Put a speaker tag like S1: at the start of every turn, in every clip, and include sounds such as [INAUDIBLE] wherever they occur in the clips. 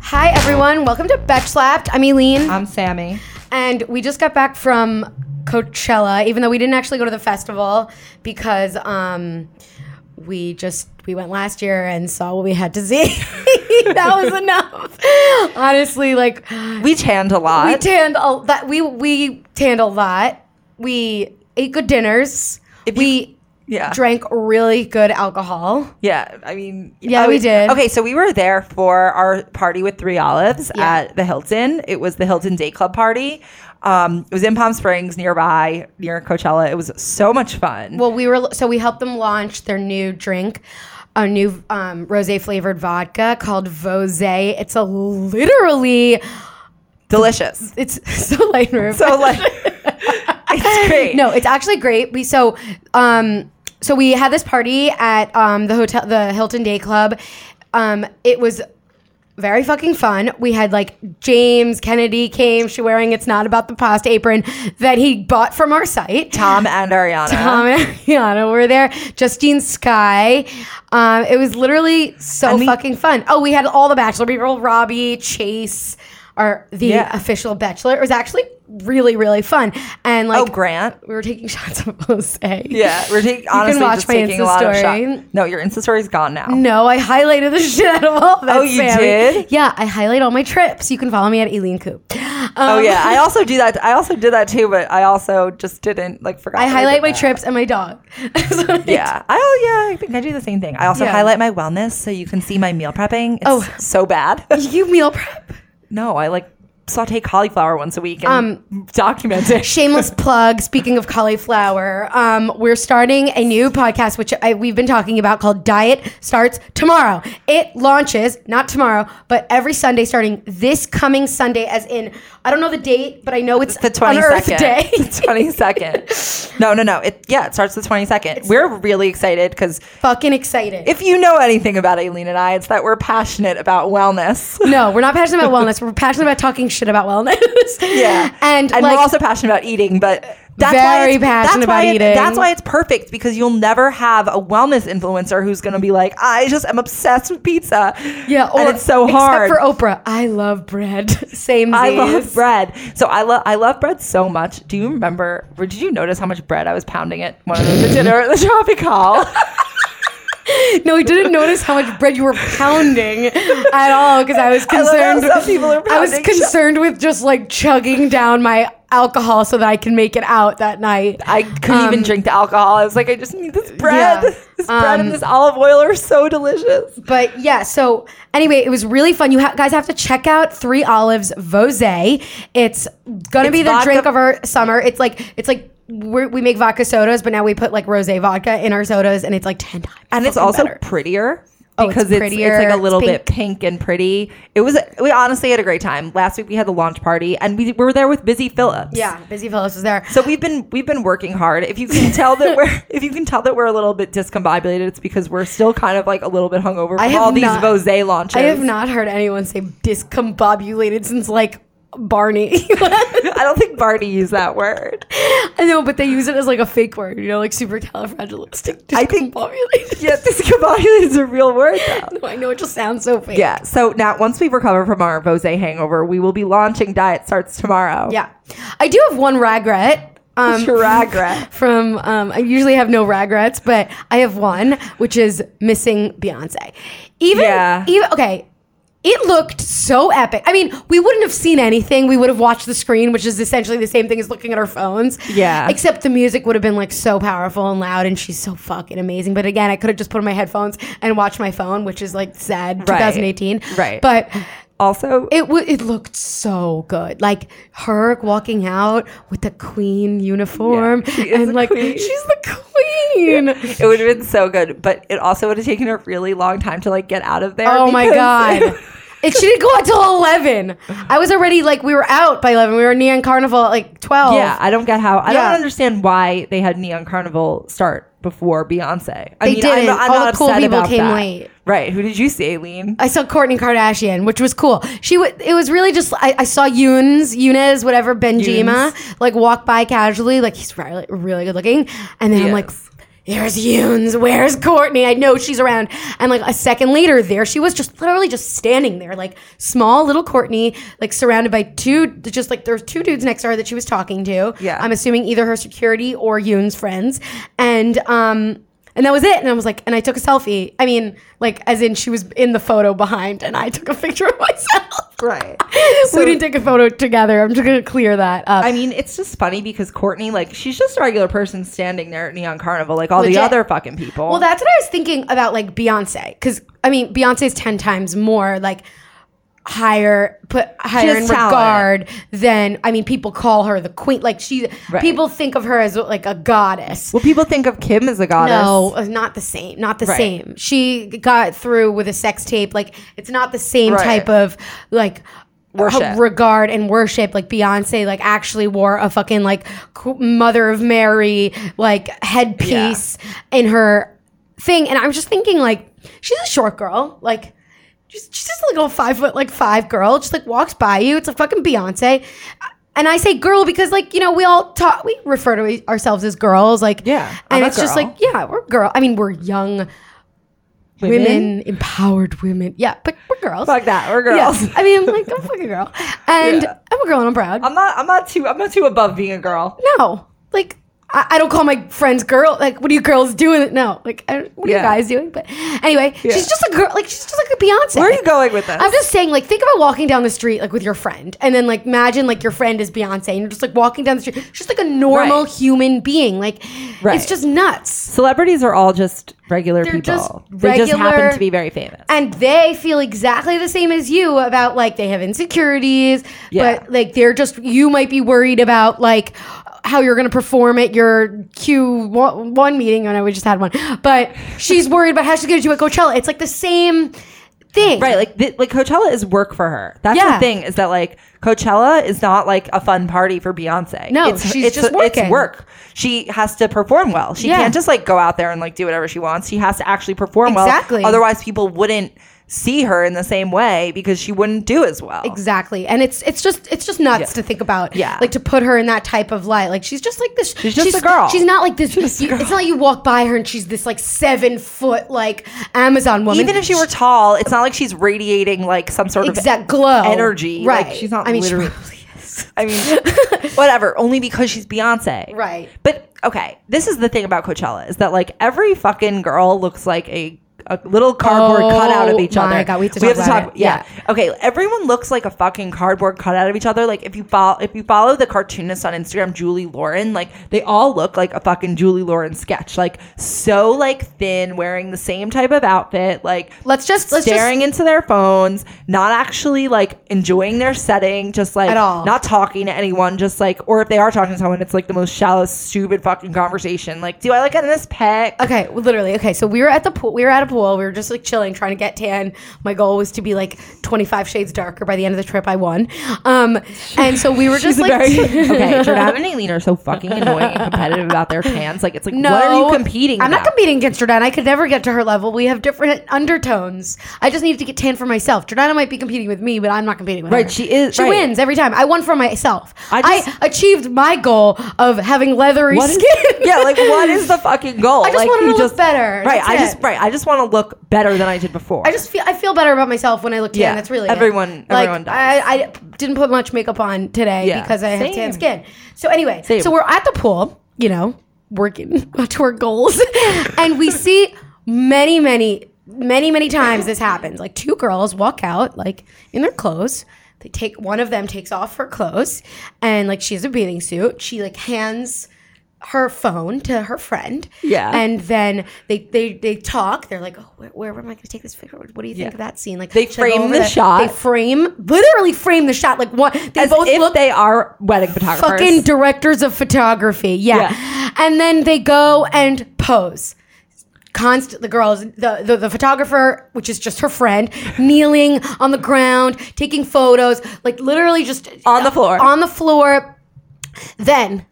S1: Hi, everyone. Welcome to Betch Slapped. I'm Eileen.
S2: I'm Sammy.
S1: and we just got back from Coachella, even though we didn't actually go to the festival because um, we just we went last year and saw what we had to see. [LAUGHS] that
S2: [LAUGHS]
S1: was enough. Honestly, like
S2: We tanned a lot.
S1: we tanned a that we we tanned a lot. We ate good dinners.
S2: If you-
S1: we
S2: yeah.
S1: drank really good alcohol.
S2: Yeah. I mean,
S1: Yeah,
S2: I
S1: we
S2: was-
S1: did.
S2: Okay. So we were there for our party with Three Olives
S1: Yeah.
S2: at the Hilton. It was the Hilton Day Club party. Um, it was in Palm Springs nearby, near Coachella. It was so much fun.
S1: Well, we were so we helped them launch their new drink, a new um, rosé flavored vodka called Vosé. It's a literally
S2: Delicious.
S1: [LAUGHS] it's so light roof. [LAUGHS]
S2: So, like, it's great.
S1: no, it's actually great. We so um so we had this party at um the hotel the Hilton Day Club. Um it was very fucking fun. We had like James Kennedy came she wearing it's not about the pasta apron that he bought from our site.
S2: Tom and Ariana.
S1: Tom and Ariana were there. Justine Sky. Um, it was literally so
S2: And we-
S1: fucking fun. Oh, we had all the Bachelor people. Robbie, Chase, are the
S2: Yeah.
S1: official Bachelor. It was actually really, really fun. And like,
S2: Oh, Grant.
S1: we were taking [LAUGHS] shots of Jose.
S2: Yeah,
S1: [LAUGHS]
S2: we're taking honestly
S1: watch
S2: just
S1: my
S2: taking
S1: Insta
S2: a lot
S1: story.
S2: of shots. No, your Insta story's gone now.
S1: No, I highlighted the [LAUGHS] shit out of all that.
S2: Oh, you
S1: Sammy.
S2: did?
S1: Yeah, I highlight all my trips. You can follow me at Eileen Coop. Um,
S2: Oh yeah, I also do that. I also did that too, but I also just didn't like
S1: [LAUGHS]
S2: forgot.
S1: I
S2: that
S1: highlight
S2: did
S1: my
S2: that.
S1: trips and my dog. [LAUGHS] That's what I
S2: Yeah. I, oh yeah, I think I do the same thing. I also
S1: Yeah.
S2: highlight my wellness so you can see my meal prepping. It's
S1: Oh.
S2: so bad.
S1: do. You meal prep.
S2: [LAUGHS] no, I like saute cauliflower once a week and document it.
S1: shameless plug speaking of cauliflower um, we're starting a new podcast which I, we've been talking about called diet starts tomorrow it launches not tomorrow but every sunday starting this coming sunday as in i don't know the date but i know it's
S2: [LAUGHS] the twenty
S1: Earth
S2: second. [LAUGHS]
S1: day
S2: The twenty second. No, no, no. It yeah, it starts the twenty second. We're really excited because
S1: fucking excited
S2: if you know anything about Aileen and I, it's that we're passionate about wellness.
S1: no we're not passionate about wellness we're passionate about talking shit about wellness
S2: Yeah,
S1: and,
S2: and
S1: like
S2: we're also passionate about eating, but that's why
S1: Very
S2: it's,
S1: passionate
S2: that's why
S1: about
S2: it-
S1: eating.
S2: That's why it's perfect because you'll never have a wellness influencer who's going to be like, I just am obsessed with pizza.
S1: yeah or
S2: and it's so hard.
S1: except for oprah i love bread [LAUGHS] same
S2: I love bread, so I love I love bread so much. Do you remember? Or did you notice how much bread I was pounding at one
S1: [LAUGHS]
S2: of those at dinner at the shopping hall?
S1: No, I didn't notice how much bread you were pounding at all because I was
S2: [LAUGHS] I love how
S1: concerned.
S2: some people are
S1: I was
S2: pounding
S1: concerned with just like chugging down my alcohol so that I can make it out that night.
S2: I couldn't even drink the alcohol. I was like, I just need this
S1: um,
S2: bread. [LAUGHS]
S1: Yeah. um,
S2: This bread and this olive oil are so delicious.
S1: But yeah, so anyway, it was really fun. You ha- guys have to check out Three Olives Vosé. It's gonna
S2: It's
S1: be the
S2: vodka-
S1: drink of our summer. It's like it's like we're, we make vodka sodas, but now we put like rosé vodka in our sodas, and it's like ten times.
S2: and it's
S1: fucking
S2: also
S1: better.
S2: prettier
S1: Oh, it's
S2: because it's, it's,
S1: prettier,
S2: like a
S1: it's
S2: little
S1: pink.
S2: bit pink and pretty. It was we honestly had a great time. Last week we had the launch party and we were there with Busy Phillips.
S1: yeah. Busy Phillips was there.
S2: So we've been we've been working hard. If you can tell that we're [LAUGHS] if you can tell that we're a little bit discombobulated, it's because we're still kind of like a little bit hungover
S1: I
S2: from
S1: have
S2: all these
S1: not-
S2: Vose launches.
S1: I have not heard anyone say discombobulated since like Barney.
S2: [LAUGHS]
S1: [LAUGHS]
S2: I don't think Barney used that word.
S1: I know, but they use it as like a fake word, you know, like supercalifragilistic.
S2: I think-
S1: discombobulated. [LAUGHS]
S2: Yeah, discombobulated is a real word though.
S1: No, I know it just sounds so fake.
S2: Yeah. So now once we recover from our Vose hangover, we will be launching Diet Starts tomorrow.
S1: yeah. I do have one regret. Um, [LAUGHS]
S2: Regret.
S1: from um, I usually have no regrets, but I have one, which is missing Beyonce. Even,
S2: Yeah.
S1: even okay. It looked so epic. I mean, we wouldn't have seen anything. We would have watched the screen, which is essentially the same thing as looking at our phones.
S2: Yeah.
S1: Except the music would have been like so powerful and loud, and she's so fucking amazing. But again, I could have just put on my headphones and watched my phone, which is like sad. 2018.
S2: Right.
S1: But
S2: Also,
S1: it w- it looked so good. Like her walking out with the queen uniform
S2: Yeah, she is
S1: and
S2: the
S1: like
S2: queen.
S1: she's the
S2: [LAUGHS]
S1: queen.
S2: It would have been so good, but it also would have taken a really long time to like get out of there.
S1: Oh my
S2: because- [LAUGHS]
S1: god. And she didn't go out till eleven. I was already like we were out by eleven. We were neon carnival at like twelve.
S2: yeah, I don't get how. I
S1: Yeah.
S2: don't understand why they had Neon Carnival start before Beyonce. I
S1: They didn't. All the cool
S2: upset
S1: people
S2: about
S1: came late.
S2: Right? Who did you see, Aileen?
S1: I saw Courtney Kardashian, which was cool. She w- it was really just I, I saw Yoon's Yunez whatever Benjima like walk by casually, like he's really really good looking, and then I'm like,
S2: Yes.
S1: here's Yoons, where's Courtney? I know she's around. And like a second later, there she was, just literally just standing there, like small little Courtney, like surrounded by two, just like there's two dudes next to her that she was talking to.
S2: Yeah.
S1: I'm assuming either her security or Yoon's friends. And, um, and that was it. And I was like, and I took a selfie. I mean, like, as in she was in the photo behind, and I took a picture of [LAUGHS] myself.
S2: Right.
S1: we didn't take a photo together. I'm just gonna clear that up.
S2: I mean, it's just funny because Courtney, like, she's just a regular person standing there at Neon Carnival, like all
S1: Legit.
S2: the other fucking people.
S1: Well, that's what I was thinking about, like Beyonce, because I mean, Beyonce's ten times more like higher, put higher
S2: has
S1: in
S2: talent.
S1: regard than I mean, people call her the queen. Like she,
S2: Right.
S1: people think of her as like a goddess.
S2: well, people think of Kim as a goddess.
S1: No, uh, not the same. Not the
S2: Right.
S1: same. She got through with a sex tape. Like it's not the same
S2: Right.
S1: type of like
S2: Worship.
S1: uh, regard and worship. Like Beyonce, like actually wore a fucking like qu- Mother of Mary like headpiece in her thing. And I'm just thinking like she's a short girl. Like. She's, she's just a little five foot like five girl, just like walks by you. It's a fucking Beyonce, and I say girl because like you know we all talk we refer to ourselves as girls like
S2: Yeah, I'm
S1: and
S2: a
S1: it's just
S2: girl.
S1: like yeah we're girl. I mean we're young women, empowered women. Yeah, but we're girls.
S2: Fuck that. We're
S1: Yeah.
S2: girls.
S1: I mean like I'm a fucking
S2: [LAUGHS]
S1: girl, and
S2: Yeah.
S1: I'm a girl and I'm proud.
S2: I'm not. I'm not too. I'm not too above being a girl.
S1: no, like. I I don't call my friends girl. Like, what are you girls doing? No, like, I, don't- what are
S2: Yeah.
S1: you guys doing? But anyway,
S2: Yeah.
S1: she's just a girl. Like, she's just like a Beyonce.
S2: Where are you going with this?
S1: I'm just saying, like, think about walking down the street, like, with your friend, and then, like, imagine, like, your friend is Beyonce, and you're just, like, walking down the street. She's like a normal
S2: Right.
S1: human being. Like,
S2: Right.
S1: it's just nuts.
S2: Celebrities are all just regular
S1: They're
S2: people.
S1: just
S2: They just happen
S1: regular-
S2: to be very famous.
S1: And they feel exactly the same as you about, like, they have insecurities,
S2: Yeah.
S1: but, like, they're just, you might be worried about, like, how you're going to perform at your Q1 meeting. And I just had one. But she's worried about how she's going to do at Coachella. It's, like, the same thing.
S2: right. Like th- like Coachella is work for her. That's the
S1: Yeah.
S2: thing is that like Coachella is not like a fun party for Beyonce.
S1: No,
S2: it's,
S1: she's
S2: it's
S1: just
S2: It's
S1: working.
S2: work. She has to perform well. She
S1: Yeah.
S2: can't just like go out there and like do whatever she wants. She has to actually perform
S1: Exactly.
S2: well. Otherwise, people wouldn't see her in the same way because she wouldn't do as well.
S1: Exactly. And it's it's just it's just nuts
S2: Yeah.
S1: to think about.
S2: Yeah.
S1: Like to put her in that type of light. Like she's just like this.
S2: She's just a girl.
S1: She's not like this. you-
S2: girl.
S1: It's not like you walk by her and she's this like seven foot like Amazon woman.
S2: Even if she were tall, it's not like she's radiating like some sort of
S1: exact glow
S2: energy.
S1: Right.
S2: Like, she's not
S1: I mean,
S2: literally-
S1: She probably is.
S2: [LAUGHS] I mean, whatever. Only because she's Beyonce,
S1: Right.
S2: But okay, this is the thing about Coachella is that like every fucking girl looks like a, a little cardboard
S1: Oh
S2: cutout of each
S1: my
S2: other.
S1: God, we have to talk about it.
S2: Yeah. Okay. Everyone looks like a fucking cardboard cutout of each other. Like if you follow if you follow the cartoonist on Instagram, Julie Lauren, like they all look like a fucking Julie Lauren sketch. Like so like thin, wearing the same type of outfit. Like
S1: Let's just let's
S2: staring into their phones, not actually like enjoying their setting, just like
S1: At all.
S2: not talking to anyone, just like or if they are talking to someone, it's like the most shallow, stupid fucking conversation. Like, do I look at this pic?
S1: Just, [LAUGHS] okay. well, Literally. Okay. So we were at the pool. We were at a pool. We were just like chilling, trying to get tan. My goal was to be like twenty five shades darker by the end of the trip. I won. Um. And so
S2: [LAUGHS]
S1: we were just like. [LAUGHS]
S2: okay, Jordan and Aileen are so fucking annoying and competitive about their tans. Like, it's like,
S1: No,
S2: what are you competing?
S1: I'm not
S2: about?
S1: competing against Jordana. I could never get to her level. We have different undertones. I just needed to get tan for myself. Jordana might be competing with me, but I'm not competing with her.
S2: Right, she is-
S1: She
S2: right.
S1: wins every time. I won for myself.
S2: I
S1: I,
S2: just-
S1: achieved my goal of having leathery
S2: What is-
S1: skin.
S2: yeah,
S1: [LAUGHS]
S2: like what is the fucking goal?
S1: I just
S2: like,
S1: wanted
S2: you
S1: to look better.
S2: Right,
S1: That's
S2: I
S1: it.
S2: just right, I just want to look better than I did before.
S1: I just feel I feel better about myself when I look tan.
S2: Yeah,
S1: That's really it.
S2: everyone-
S1: Like,
S2: everyone does.
S1: I, I didn't put much makeup on today
S2: Yeah,
S1: because I have
S2: same.
S1: tan skin. So anyway,
S2: Same.
S1: so we're at the pool, you know, working [LAUGHS] to our goals, and we see many, many, many, many times this happens. Like two girls walk out like in their clothes. They take one of them takes off her clothes, and like she has a bathing suit. She like hands her phone to her friend.
S2: Yeah.
S1: And then they they they talk. They're like, oh, where, where am I going to take this picture? What do you think
S2: Yeah.
S1: of that scene? Like
S2: They
S1: should I go
S2: frame
S1: over
S2: the
S1: there?
S2: shot.
S1: They frame literally frame the shot. Like what? They
S2: As
S1: both
S2: if
S1: look
S2: they are wedding photographers.
S1: fucking directors of photography. Yeah.
S2: Yeah.
S1: And then they go and pose. Constant the girls, the, the the photographer, which is just her
S2: [LAUGHS]
S1: friend, kneeling on the ground, taking photos, like literally just
S2: On the floor.
S1: On the floor. Then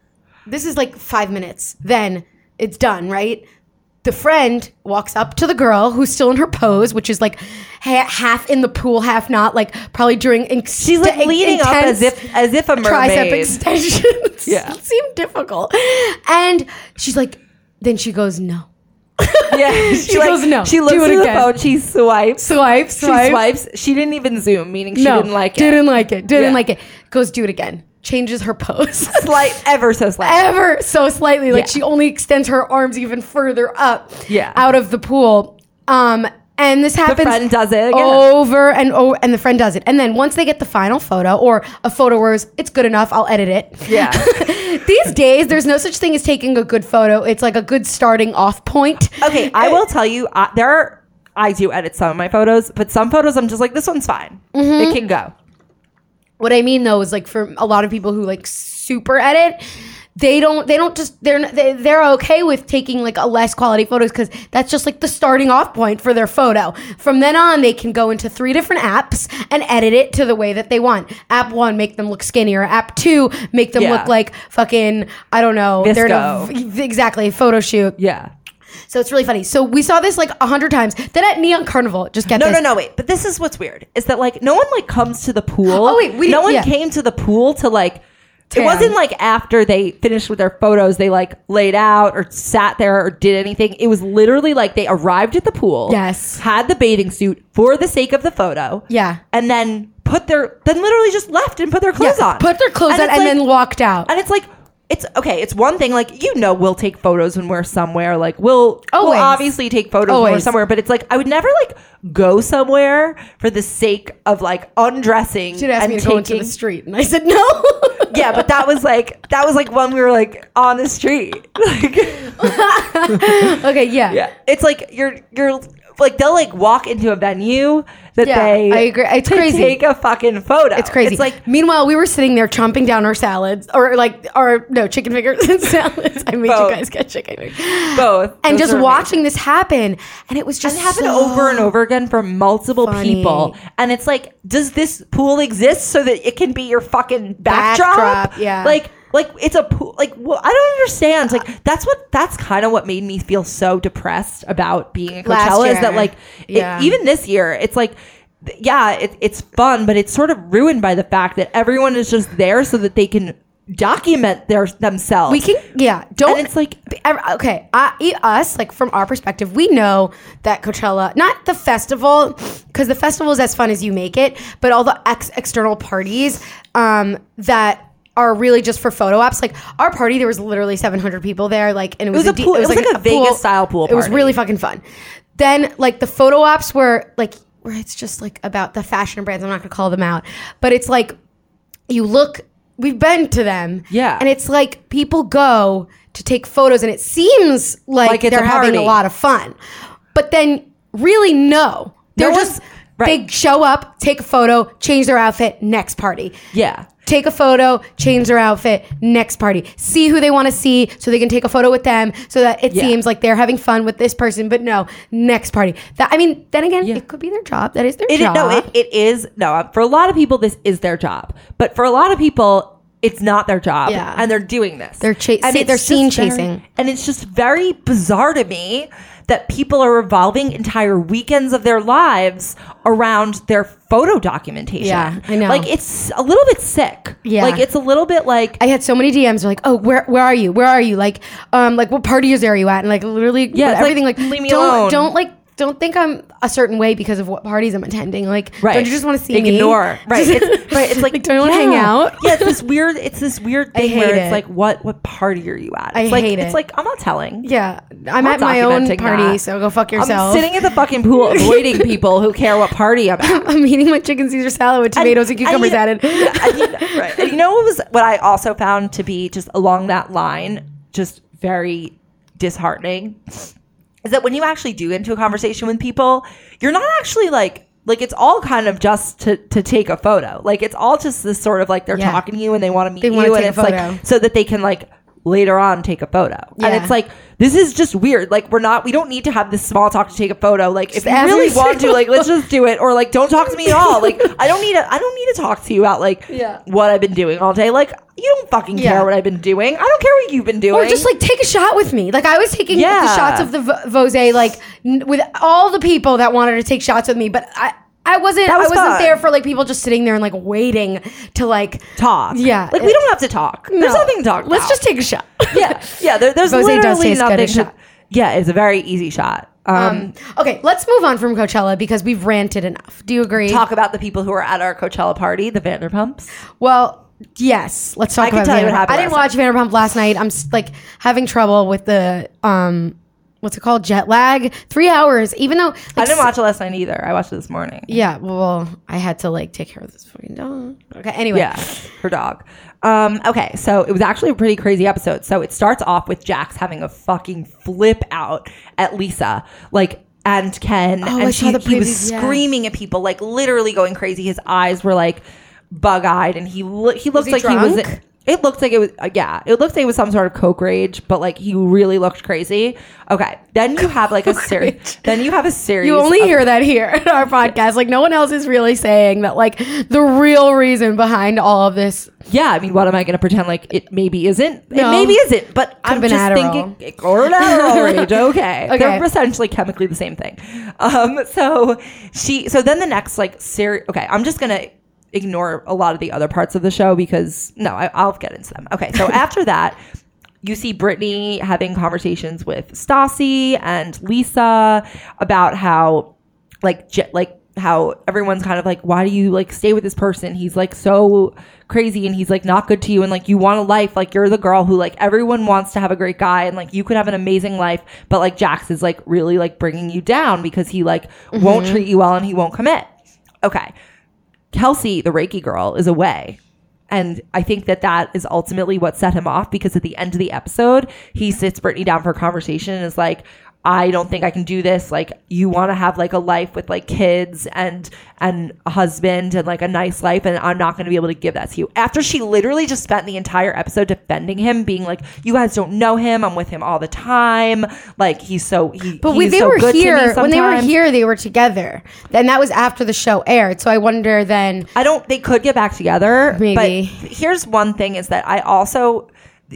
S1: this is like five minutes. Then it's done, right? The friend walks up to the girl who's still in her pose, which is like ha- half in the pool, half not, like probably during. Ex-
S2: She's like
S1: in-
S2: leading up as
S1: intense-
S2: if as if a
S1: [LAUGHS]
S2: mermaid.
S1: tricep extensions
S2: [LAUGHS] Yeah.
S1: seem difficult. And she's like, Then she goes, no.
S2: [LAUGHS]
S1: [LAUGHS]
S2: Yeah, she,
S1: She
S2: like-
S1: goes, "No,
S2: She
S1: do
S2: looks
S1: it
S2: through the
S1: again."
S2: phone. She swipes.
S1: Swipe, swipe.
S2: She swipes. She didn't even zoom, meaning she
S1: no,
S2: didn't like it.
S1: Didn't like it. Didn't
S2: Yeah.
S1: like it. Goes, do it again. Changes her
S2: [LAUGHS]
S1: pose.
S2: Slight, ever so slight.
S1: Ever so slightly. Like
S2: Yeah.
S1: she only extends her arms even further up.
S2: Yeah.
S1: Out of the pool. Um, and this happens.
S2: friend does it again.
S1: over and over, and the friend does it. And then once they get the final photo or a photo where it's, it's good enough, I'll edit it.
S2: Yeah.
S1: [LAUGHS] These days, there's no such thing as taking a good photo. It's like a good starting off point.
S2: okay, I will tell you, I, there are, I do edit some of my photos, but some photos I'm just like, this one's fine.
S1: Mm-hmm.
S2: It can go.
S1: What I mean though is like for a lot of people who like super edit, they don't they don't just they're n- they, they're okay with taking like a less quality photos because that's just like the starting off point for their photo. From then on, they can go into three different apps and edit it to the way that they want. App one make them look skinnier. App two make them
S2: Yeah.
S1: look like fucking I don't know. They're in a
S2: Visco.
S1: v- exactly photo shoot.
S2: Yeah.
S1: So it's really funny. So we saw this like a hundred times. Then at Neon Carnival, just get
S2: No,
S1: this.
S2: no, no, wait. But this is what's weird is that like no one like comes to the pool.
S1: Oh, wait, we
S2: no
S1: didn't-
S2: one
S1: yeah.
S2: came to the pool to like.
S1: Tan.
S2: It wasn't like after they finished with their photos, they like laid out or sat there or did anything. It was literally like they arrived at the pool.
S1: Yes.
S2: Had the bathing suit for the sake of the photo.
S1: Yeah.
S2: And then put their, then literally just left and put their clothes
S1: Yeah,
S2: on.
S1: Put their clothes on
S2: it's
S1: and
S2: like-
S1: then walked out.
S2: And it's like, it's okay. It's one thing. Like you know, we'll take photos when we're somewhere. Like we'll, we'll
S1: Always.
S2: obviously take photos when we're
S1: Always.
S2: somewhere. But it's like I would never like go somewhere for the sake of like undressing
S1: She'd asked
S2: and
S1: me to
S2: taking.
S1: go into the street, and I said no.
S2: [LAUGHS] yeah, but that was like that was like when we were like on the street. [LAUGHS] Like
S1: okay, yeah,
S2: yeah, it's like you're you're like they'll like walk into a venue that
S1: Yeah,
S2: [LAUGHS] they
S1: I agree. It's
S2: to
S1: crazy.
S2: take a fucking photo.
S1: It's crazy.
S2: It's like
S1: meanwhile, we were sitting there chomping down our salads, or like our no chicken fingers and [LAUGHS] salads. I made
S2: Both.
S1: you guys get chicken fingers,
S2: both
S1: and
S2: Those
S1: just
S2: are amazing.
S1: watching this happen, and it was just
S2: and it happened
S1: so-
S2: over and over again for multiple
S1: funny.
S2: people. And it's like, does this pool exist so that it can be your fucking backdrop?
S1: Backdrop, yeah.
S2: Like, like it's a pool. Like, wh- I don't understand. Like, that's what that's kind of what made me feel so depressed about being at
S1: Last
S2: Coachella is
S1: year.
S2: that like, it-
S1: Yeah.
S2: even this year, it's like. th- Yeah, it, it's fun, but it's sort of ruined by the fact that everyone is just there so that they can document their themselves.
S1: We can, yeah. Don't.
S2: And it's like-
S1: I- okay, I, e- us like from our perspective, we know that Coachella, not the festival, because the festival is as fun as you make it, but all the ex- external parties um, that are really just for photo ops. Like our party, there was literally 700 people there. Like, and it was,
S2: was a
S1: de-
S2: pool- it was like a Vegas-style pool
S1: It was
S2: party.
S1: really fucking fun. Then like the photo ops were like where it's just like about the fashion brands. I'm not gonna call them out, but it's like you look we've been to them
S2: Yeah.
S1: and it's like people go to take photos and it seems like,
S2: Like it's a
S1: they're having a
S2: party.
S1: lot of fun but then really no they're
S2: one's-
S1: just they
S2: right.
S1: show up take a photo change their outfit next party
S2: yeah,
S1: take a photo change their outfit next party see who they want to see so they can take a photo with them so that it
S2: Yeah.
S1: seems like they're having fun with this person but no next party that i mean then again
S2: Yeah.
S1: it could be their job that is their
S2: It is,
S1: job
S2: no, it, it is no. um, For a lot of people, this is their job, but for a lot of people, it's not their job,
S1: Yeah.
S2: and they're doing this.
S1: They're cha-
S2: And
S1: see,
S2: it's
S1: they're
S2: just
S1: scene
S2: very-
S1: chasing.
S2: and it's just very bizarre to me that people are revolving entire weekends of their lives around their photo documentation.
S1: Yeah, I know.
S2: Like it's a little bit sick.
S1: Yeah.
S2: like it's a little bit like
S1: I had so many DMs like, "Oh, where where are you? Where are you? Like, um, like what party is are you at?" And like literally,
S2: Yeah, it's like,
S1: everything like,
S2: leave me
S1: don't
S2: alone.
S1: don't like don't think I'm a certain way because of what parties I'm attending. Like, don't you just want to see me? [LAUGHS]
S2: Ignore. Right. It's, right. It's like,
S1: don't you want to
S2: yeah.
S1: hang out?
S2: Yeah, it's this weird it's this
S1: [LAUGHS]
S2: weird thing
S1: hate
S2: where
S1: it.
S2: it's like what what party are you at? It's
S1: I
S2: like
S1: hate
S2: it's
S1: it.
S2: like I'm not telling.
S1: Yeah, I'm at my own
S2: documenting
S1: party,
S2: that.
S1: so go fuck yourself.
S2: I'm sitting at the fucking pool avoiding people who care what party I'm
S1: [LAUGHS]
S2: at.
S1: I'm eating my chicken Caesar salad with tomatoes and,
S2: you-
S1: cucumbers
S2: you-
S1: added.
S2: Yeah, and you- right. And you know what was what I also found to be just along that line, just very disheartening, is that when you actually do get into a conversation with people, you're not actually like like it's all kind of just to to take a photo. Like it's all just this sort of like they're
S1: Yeah.
S2: talking to you and they want to meet
S1: They
S2: you,
S1: wanna
S2: and
S1: take a
S2: it's
S1: photo.
S2: like so that they can like later on take a photo. And
S1: Yeah.
S2: it's like this is just weird. Like we're not we don't need to have this small talk to take a photo. Like if
S1: ask
S2: you really
S1: me
S2: want
S1: to.
S2: to, like let's just do it or like don't talk to me at all like i don't need to i don't need to talk to you about like
S1: Yeah.
S2: what i've been doing all day like you don't fucking
S1: Yeah.
S2: care what i've been doing i don't care what you've been doing
S1: Or just like take a shot with me. Like I was taking
S2: Yeah.
S1: the shots of the v- Vose, like n- with all the people that wanted to take shots with me, but I I wasn't.
S2: That was
S1: I wasn't
S2: fun.
S1: there for like people just sitting there and like waiting to like.
S2: Talk.
S1: Yeah.
S2: Like we don't have to talk. There's
S1: no.
S2: nothing to talk.
S1: Let's
S2: about.
S1: just take a shot.
S2: [LAUGHS] yeah, yeah. There, there's
S1: Rosé does
S2: literally
S1: taste good,
S2: nothing.
S1: it's
S2: To,
S1: shot.
S2: yeah, it's a very easy shot. Um,
S1: Um, [LAUGHS] okay, let's move on from Coachella because we've ranted enough. Do you agree?
S2: talk about the people who were at our Coachella party, the Vanderpumps.
S1: Well, yes. Let's talk
S2: I can
S1: about
S2: tell you what
S1: Vanderpump.
S2: happened
S1: I didn't watch
S2: last
S1: Vanderpump last night. I'm s- like having trouble with the um, what's it called? Jet lag. Three hours. Even though like,
S2: I didn't
S1: s-
S2: watch it last night either. I watched it this morning.
S1: Yeah. Well, I had to like take care of this fucking dog. Okay. Anyway.
S2: Yeah, her dog. Um, okay, so it was actually a pretty crazy episode. So it starts off with Jax having a fucking flip out at Lisa, like and Ken,
S1: Oh,
S2: and
S1: I
S2: she
S1: saw the
S2: he was
S1: previews, yeah.
S2: screaming at people, like literally going crazy. His eyes were like bug eyed, and he lo- he looked
S1: he
S2: like he was.
S1: drunk?
S2: It looked like it was uh, yeah. It looked like it was some sort of coke rage, but like he really looked crazy. Okay, then you have like a series. Then you have a series.
S1: You only
S2: of-
S1: hear that here in our podcast. Like no one else is really saying that. Like the real reason behind all of this.
S2: Yeah, I mean, what am I going to pretend like it maybe isn't? It
S1: No.
S2: maybe isn't, but I'm
S1: been
S2: just
S1: Adderall.
S2: thinking or an Adderall
S1: [LAUGHS]
S2: rage. Okay.
S1: Okay.
S2: they're essentially chemically the same thing. Um, so she, so then the next like series. Okay, I'm just gonna ignore a lot of the other parts of the show because no, I, I'll get into them. Okay,
S1: [LAUGHS]
S2: so after that. You see Brittany having conversations with Stassi and Lisa about how like j- like how everyone's kind of like why do you like stay with this person he's like so crazy and he's like not good to you and like you want a life like you're the girl who like everyone wants to have a great guy and like you could have an amazing life but like jax is like really like bringing you down because he like won't treat you well and he won't commit okay kelsey the reiki girl is away and I think that that is ultimately what set him off because at the end of the episode, he sits Brittany down for a conversation and is like, I don't think I can do this. Like, you want to have like a life with like kids and and a husband and like a nice life, and I'm not going to be able to give that to you. After she literally just spent the entire episode defending him, being like, "You guys don't know him. I'm with him all the time. Like, he's so he.
S1: But we,
S2: he's
S1: they
S2: so
S1: were
S2: good to me
S1: here when they were
S2: sometimes."
S1: here. They were together. Then that was after the show aired. So I wonder then.
S2: I don't. They could get back together.
S1: Maybe.
S2: But here's one thing: is that I also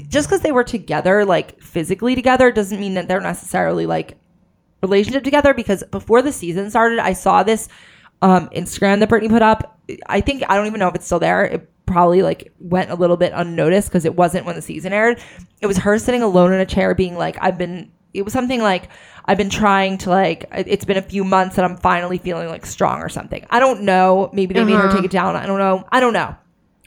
S2: just because they were together, like physically together, doesn't mean that they're necessarily like relationship together. Because before the season started, I saw this um, Instagram that Brittany put up. I think I don't even know if it's still there. It probably like went a little bit unnoticed because it wasn't when the season aired. It was her sitting alone in a chair, being like, "I've been." It was something like I've been trying to like. it- It's been a few months, and I'm finally feeling like strong or something. I don't know. Maybe they made her take it down. I don't know. I don't know.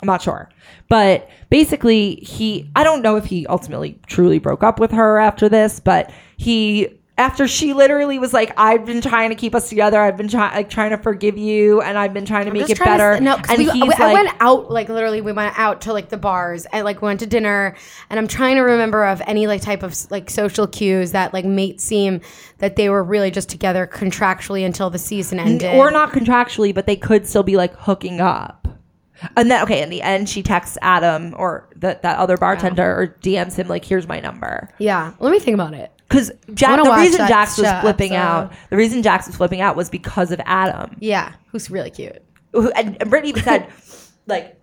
S2: I'm not sure. But basically, he, I don't know if he ultimately truly broke up with her after this, but he, after she literally was like, I've been trying to keep us together. I've been trying, like, trying to forgive you and I've been trying to make
S1: Just
S2: it
S1: trying to
S2: better.
S1: s- no, 'cause
S2: and
S1: we,
S2: he's
S1: we-
S2: like,
S1: I went out like literally. We went out to like the bars and like went to dinner. And I'm trying to remember of any like type of like social cues that like made seem that they were really just together contractually until the season ended.
S2: or not contractually, but they could still be like hooking up. And then, okay, in the end, she texts Adam or that that other bartender or DMs him, like, here's my number.
S1: Yeah. Let me think about it.
S2: Because Jack,
S1: wanna
S2: the
S1: watch
S2: reason
S1: that
S2: Jax was
S1: show,
S2: flipping
S1: so-
S2: out, the reason Jax was flipping out was because of Adam.
S1: Yeah. Who's really [LAUGHS] cute.
S2: who- and, and Brittany even said, [LAUGHS] like,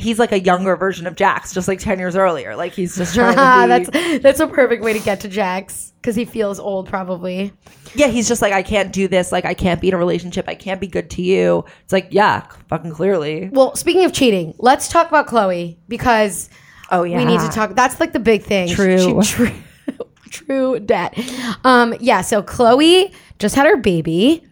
S2: he's like a younger version of Jax, just like 10 years earlier. Like, he's just trying [LAUGHS] to be.
S1: that's that's a perfect way to get to Jax because he feels old probably.
S2: yeah, he's just like, I can't do this. Like, I can't be in a relationship. I can't be good to you. It's like, yeah, c- fucking clearly.
S1: Well, speaking of cheating, let's talk about Chloe because
S2: Oh, yeah.
S1: we need to talk. That's like the big thing.
S2: True.
S1: Ah. [LAUGHS] true, true debt. Um, yeah. So Chloe just had her baby.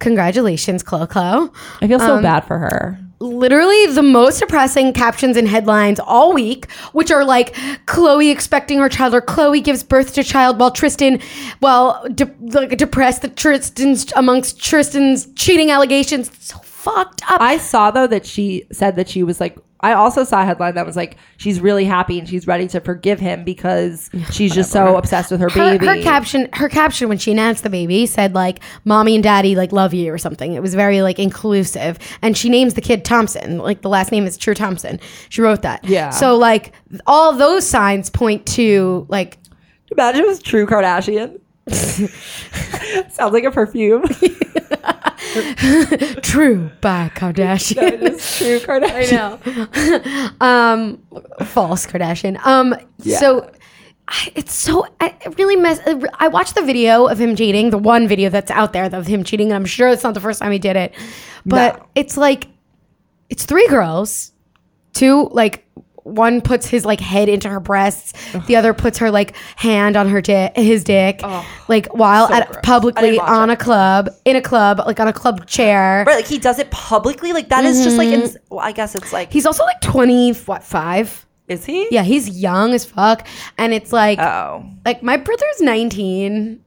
S1: Congratulations, Chloe. Chloe.
S2: I feel
S1: um,
S2: so bad for her.
S1: literally the most depressing captions and headlines all week, which are like Chloe expecting her child or Chloe gives birth to child while Tristan, while de- like depressed that Tristan's amongst Tristan's cheating allegations. It's so fucked up.
S2: I saw, though, that she said that she was like, I also saw a headline that was like, she's really happy and she's ready to forgive him [LAUGHS] because she's just so obsessed with her,
S1: her,
S2: baby.
S1: her caption, her caption when she announced the baby said like "mommy and daddy like love you" or something. It was very like inclusive, and she names the kid Thompson. Like the last name is True Thompson. She wrote that.
S2: Yeah.
S1: So like all those signs point to like
S2: Imagine it was true Kardashian. [LAUGHS] Sounds like a perfume. [LAUGHS]
S1: True by
S2: [LAUGHS]
S1: Kardashian.
S2: it is true
S1: [LAUGHS]
S2: Kardashian.
S1: No. um, false Kardashian. Um, so I- it's so I it really mess. I watched the video of him cheating, the one video that's out there of him cheating, and I'm sure it's not the first time he did it. But
S2: No.
S1: it's like it's three girls, two like one puts his like head into her breasts, the other puts her like hand on her dick, his dick, like while
S2: so
S1: at
S2: gross. I
S1: publicly
S2: didn't watch
S1: on
S2: it.
S1: a club in a club like on a club chair.
S2: Right, like he does it publicly. Like that is just like,
S1: Mm-hmm.
S2: ins- well, I guess it's like,
S1: He's also like twenty what five.
S2: is he?
S1: Yeah, he's young as fuck, and it's like
S2: Oh,
S1: like my brother's 19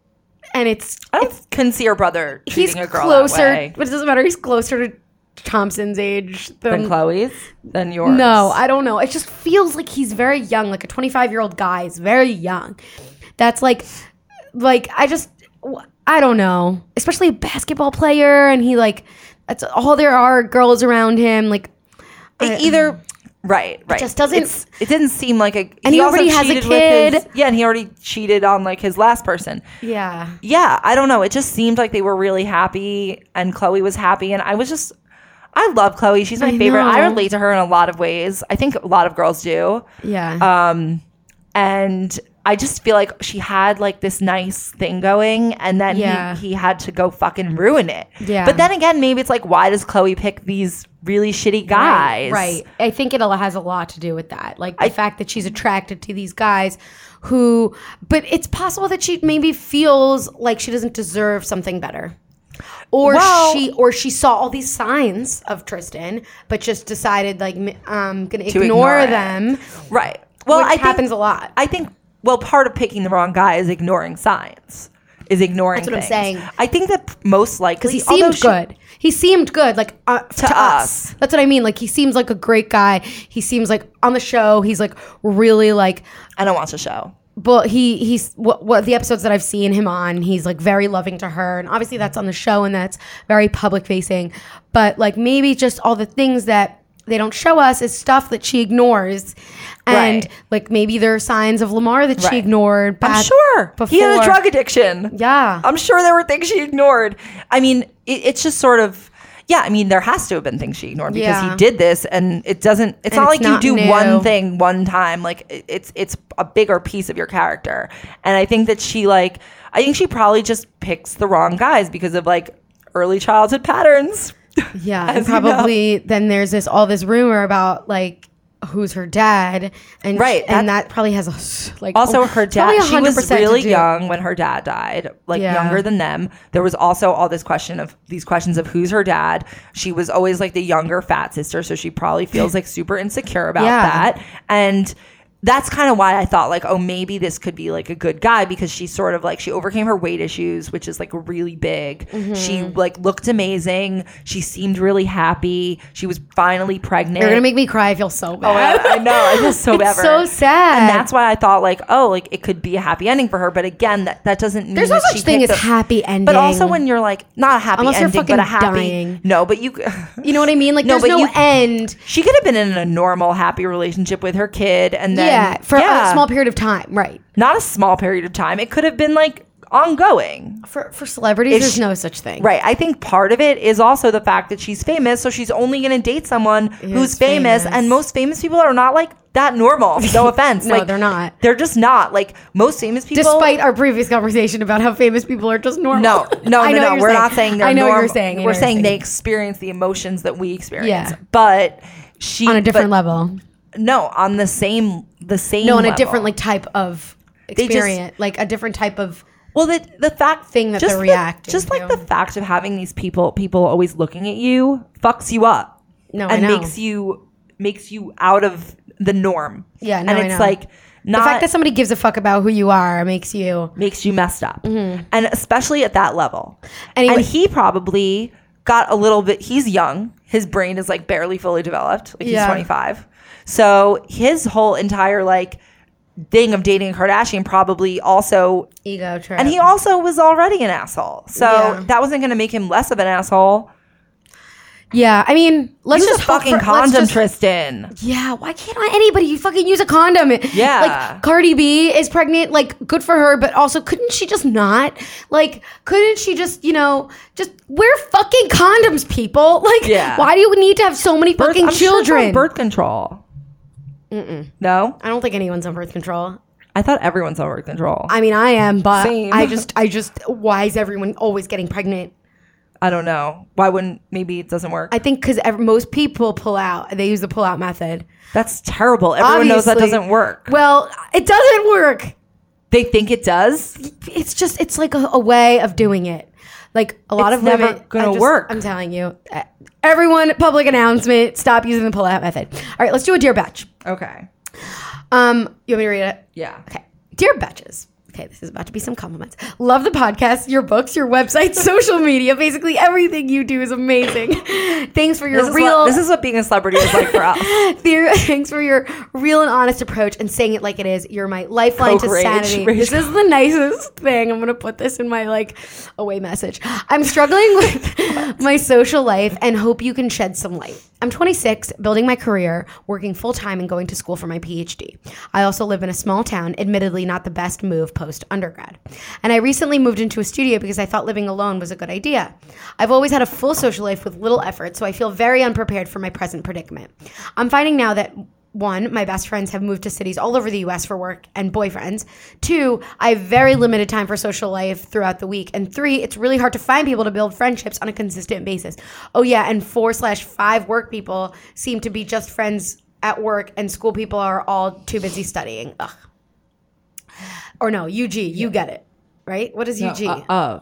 S1: and it's
S2: I don't consider your brother treating
S1: he's
S2: a girl
S1: closer
S2: that way
S1: but it doesn't matter he's closer to thompson's age
S2: than
S1: than
S2: Chloe's than yours.
S1: no i don't know it just feels like he's very young like a 25 year old guy is very young that's like like i just i don't know especially a basketball player and he like that's all there are girls around him like
S2: It E-, either right, right.
S1: just doesn't-
S2: It's- it didn't seem like a.
S1: And he already has a
S2: cheated with his-
S1: kid.
S2: yeah, and he already cheated on like his last person.
S1: yeah
S2: Yeah, I don't know. It just seemed like they were really happy, and Chloe was happy, and I was just. I love Chloe. She's my
S1: I
S2: favorite. I
S1: know.
S2: relate to her in a lot of ways. I think a lot of girls do.
S1: yeah
S2: um and I just feel like she had like this nice thing going, and then
S1: Yeah.
S2: he, he had to go fucking ruin it.
S1: Yeah.
S2: But then again, maybe it's like, why does Chloe pick these really shitty guys?
S1: Right. I think it all has a lot to do with that. Like the fact that she's attracted to these guys who but it's possible that she maybe feels like she doesn't deserve something better. Or
S2: Well-
S1: she or she saw all these signs of Tristan but just decided like m- I'm going to ignore,
S2: ignore it.
S1: them.
S2: Right. Well,
S1: which
S2: I
S1: happens
S2: think,
S1: a lot.
S2: I think. Well, part of picking the wrong guy is ignoring signs. Is ignoring.
S1: That's what I'm
S2: things.
S1: saying.
S2: I think that most likely
S1: Because he
S2: although
S1: seemed
S2: she-
S1: good. He seemed good, like uh, to, us.
S2: us.
S1: That's what I mean. Like he seems like a great guy. He seems like on the show. He's like really like
S2: I don't watch the show.
S1: but he he's what, what the episodes that I've seen him on, he's like very loving to her, and obviously that's on the show and that's very public facing. But like maybe just all the things that they don't show us is stuff that she ignores, and
S2: Right.
S1: like maybe there are signs of Lamar that
S2: Right.
S1: she ignored.
S2: I'm
S1: back
S2: sure he had a
S1: before-
S2: drug addiction.
S1: Yeah,
S2: I'm sure there were things she ignored. I mean, it, it's just sort of. Yeah, I mean, there has to have been things she ignored because
S1: Yeah.
S2: he did this, and it doesn't. It's
S1: And
S2: not
S1: it's
S2: like
S1: not
S2: you do
S1: new.
S2: one thing one time. Like it- it's it's a bigger piece of your character, and I think that she like. I think she probably just picks the wrong guys because of like early childhood patterns.
S1: yeah, and
S2: As you know.
S1: probably then there's this all this rumor about like. Who's her dad? And
S2: Right,
S1: and that probably has a s- like
S2: Also,
S1: oh,
S2: her
S1: probably
S2: dad, she
S1: 100%
S2: was
S1: to
S2: really
S1: do.
S2: young when her dad died, like
S1: Yeah.
S2: younger than them. There was also all this question of these questions of who's her dad. She was always like the younger fat sister, so she probably feels like super insecure about
S1: Yeah.
S2: that. And that's kind of why I thought like, oh, maybe this could be like a good guy because she sort of like she overcame her weight issues, which is like really big. She
S1: Mm-hmm.
S2: like looked amazing. She seemed really happy. She was finally pregnant.
S1: You're gonna make me cry. I feel so bad.
S2: Oh, I, I know. I feel so bad.
S1: It's
S2: for
S1: so
S2: her.
S1: sad.
S2: And that's why I thought like, oh, like it could be a happy ending for her. But again, that, that doesn't mean
S1: There's no
S2: that
S1: such
S2: she
S1: thing
S2: picked
S1: as
S2: the-
S1: happy ending.
S2: But also when you're like not a happy
S1: Unless you're
S2: ending, but a
S1: fucking
S2: happy.
S1: dying.
S2: No, but you.
S1: you know what I mean, like
S2: No,
S1: there's
S2: but
S1: no
S2: you-
S1: end.
S2: [LAUGHS] she could have been in a normal, happy relationship with her kid, and then
S1: yeah, for
S2: yeah,
S1: a small period of time, right?
S2: not a small period of time. It could have been like ongoing.
S1: For for celebrities, there's
S2: she-
S1: no such thing.
S2: Right. I think part of it is also the fact that she's famous, so she's only going to date someone who's famous,
S1: famous.
S2: and most famous people are not like that normal.
S1: [LAUGHS]
S2: No offense.
S1: No,
S2: like,
S1: they're not.
S2: They're just not. Like most famous people
S1: Despite our previous conversation about how famous people are just normal.
S2: No,
S1: [LAUGHS]
S2: no,
S1: I
S2: no,
S1: know what
S2: no.
S1: you're
S2: We're not saying they're
S1: I know what you're
S2: normal.
S1: saying. I know
S2: We're
S1: what you're
S2: saying they experience the emotions that we experience.
S1: Yeah.
S2: But she
S1: on a different
S2: but
S1: level.
S2: No, on the same the same
S1: No, on a
S2: level.
S1: different like type of
S2: just-
S1: experience, like a different type of.
S2: Well, the the fact
S1: Thing that
S2: just
S1: they're
S2: the-
S1: reacting
S2: just like
S1: to.
S2: the fact of having these people people always looking at you fucks you up.
S1: No, I
S2: and
S1: know.
S2: makes you makes you out of the norm.
S1: Yeah, no,
S2: and
S1: I
S2: it's
S1: know.
S2: like
S1: the
S2: not
S1: fact that somebody gives a fuck about who you are makes you
S2: makes you messed up, and especially at that level.
S1: Mm-hmm. Anyway-
S2: And he probably got a little bit. He's young. His brain is like barely fully developed. Like
S1: Yeah.
S2: he's twenty five. So his whole entire like thing of dating a Kardashian probably also.
S1: ego trip.
S2: And he also was already an asshole. So
S1: Yeah.
S2: that wasn't going to make him less of an asshole.
S1: yeah, I mean, let's
S2: Use
S1: just
S2: a
S1: hope
S2: fucking
S1: for- let's
S2: condom,
S1: just-
S2: Tristan.
S1: Yeah, why can't I- anybody you fucking use a condom?
S2: Yeah.
S1: Like Cardi B is pregnant, like good for her, but also couldn't she just not? Like couldn't she just, you know, just wear fucking condoms, people? [LAUGHS] Like
S2: Yeah.
S1: why do you need to have so many
S2: Birth-
S1: fucking
S2: I'm sure it's on
S1: children?
S2: birth control. No?
S1: I don't think anyone's on birth control.
S2: I thought everyone's on birth control. I,
S1: I mean, I am, but
S2: Same.
S1: I just, I just, why is everyone always getting pregnant?
S2: don't know. Why wouldn't maybe it doesn't work?
S1: I think because most people pull out. They use the pull out method.
S2: That's terrible. Everyone knows that
S1: Obviously-
S2: doesn't work.
S1: Well, it doesn't work.
S2: They think it does.
S1: It's just, it's like a, a way of doing it. Like a lot
S2: It's
S1: of women,
S2: never gonna
S1: I just-
S2: work.
S1: I'm telling you, Uh, everyone, public announcement: stop using the pull out method. All right, let's do a dear batch.
S2: Okay.
S1: Um, you want me to read it?
S2: Yeah.
S1: Okay. Dear Betches. Okay, this is about to be some compliments. Love the podcast, your books, your website, [LAUGHS] social media. Basically, everything you do is amazing. [LAUGHS] thanks for your
S2: This is,
S1: real.
S2: what, this is what being a celebrity is like for us.
S1: [LAUGHS]
S2: [LAUGHS]
S1: Theo- thanks for your real and honest approach and saying it like it is. You're my lifeline to
S2: Coke rage,
S1: sanity.
S2: rage
S1: This is the nicest thing. I'm gonna put this in my like away message. I'm struggling [LAUGHS] with my social life and hope you can shed some light. I'm 26, building my career, working full time, and going to school for my PhD. I also live in a small town, admittedly not the best move post undergrad. And I recently moved into a studio because I thought living alone was a good idea. I've always had a full social life with little effort, so I feel very unprepared for my present predicament. I'm finding now that one, my best friends have moved to cities all over the US for work and boyfriends. Two, I have very limited time for social life throughout the week. And three, it's really hard to find people to build friendships on a consistent basis. Oh, yeah, and four slash five work people seem to be just friends at work, and school people are all too busy studying. Ugh. Or no, UG, you get it, right? What is UG?
S2: oh,